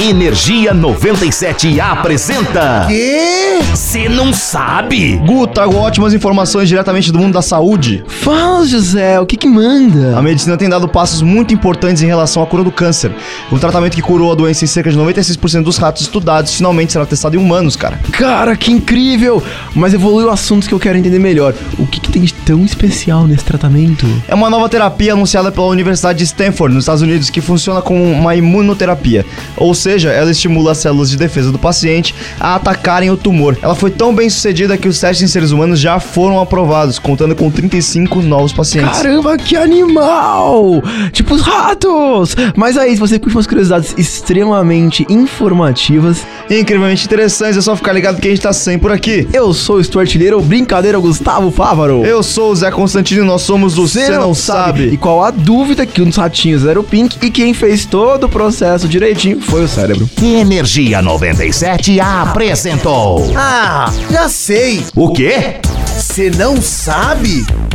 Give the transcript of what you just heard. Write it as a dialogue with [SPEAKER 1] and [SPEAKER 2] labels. [SPEAKER 1] Energia 97 apresenta.
[SPEAKER 2] Quê?
[SPEAKER 1] Você não sabe?
[SPEAKER 2] Gu, trago ótimas informações diretamente do mundo da saúde.
[SPEAKER 3] Fala, José, o que que manda?
[SPEAKER 2] A medicina tem dado passos muito importantes em relação à cura do câncer. O tratamento que curou a doença em cerca de 96% dos ratos estudados finalmente será testado em humanos, cara.
[SPEAKER 3] Cara, que incrível! Mas evoluiu assuntos que eu quero entender melhor. O que, que tem de tão especial nesse tratamento?
[SPEAKER 2] É uma nova terapia anunciada pela Universidade de Stanford, nos Estados Unidos, que funciona como uma imunoterapia. Ou seja, ela estimula as células de defesa do paciente a atacarem o tumor. Ela foi tão bem sucedida que os testes em seres humanos já foram aprovados, contando com 35 novos pacientes.
[SPEAKER 3] Caramba, que animal! Tipo os ratos! Mas aí, se você curte umas curiosidades extremamente informativas,
[SPEAKER 2] Incrivelmente interessantes, é só ficar ligado que a gente tá sem por aqui.
[SPEAKER 3] eu sou o Stuart Artilheiro, brincadeira Gustavo Fávaro.
[SPEAKER 2] Eu sou o Zé Constantino e nós somos o Cê Não Sabe.
[SPEAKER 3] E qual a dúvida que um dos ratinhos era o Pink e quem fez todo o processo direitinho foi o cérebro.
[SPEAKER 1] Energia 97 apresentou.
[SPEAKER 4] Ah, já sei.
[SPEAKER 1] O quê?
[SPEAKER 4] Você não sabe?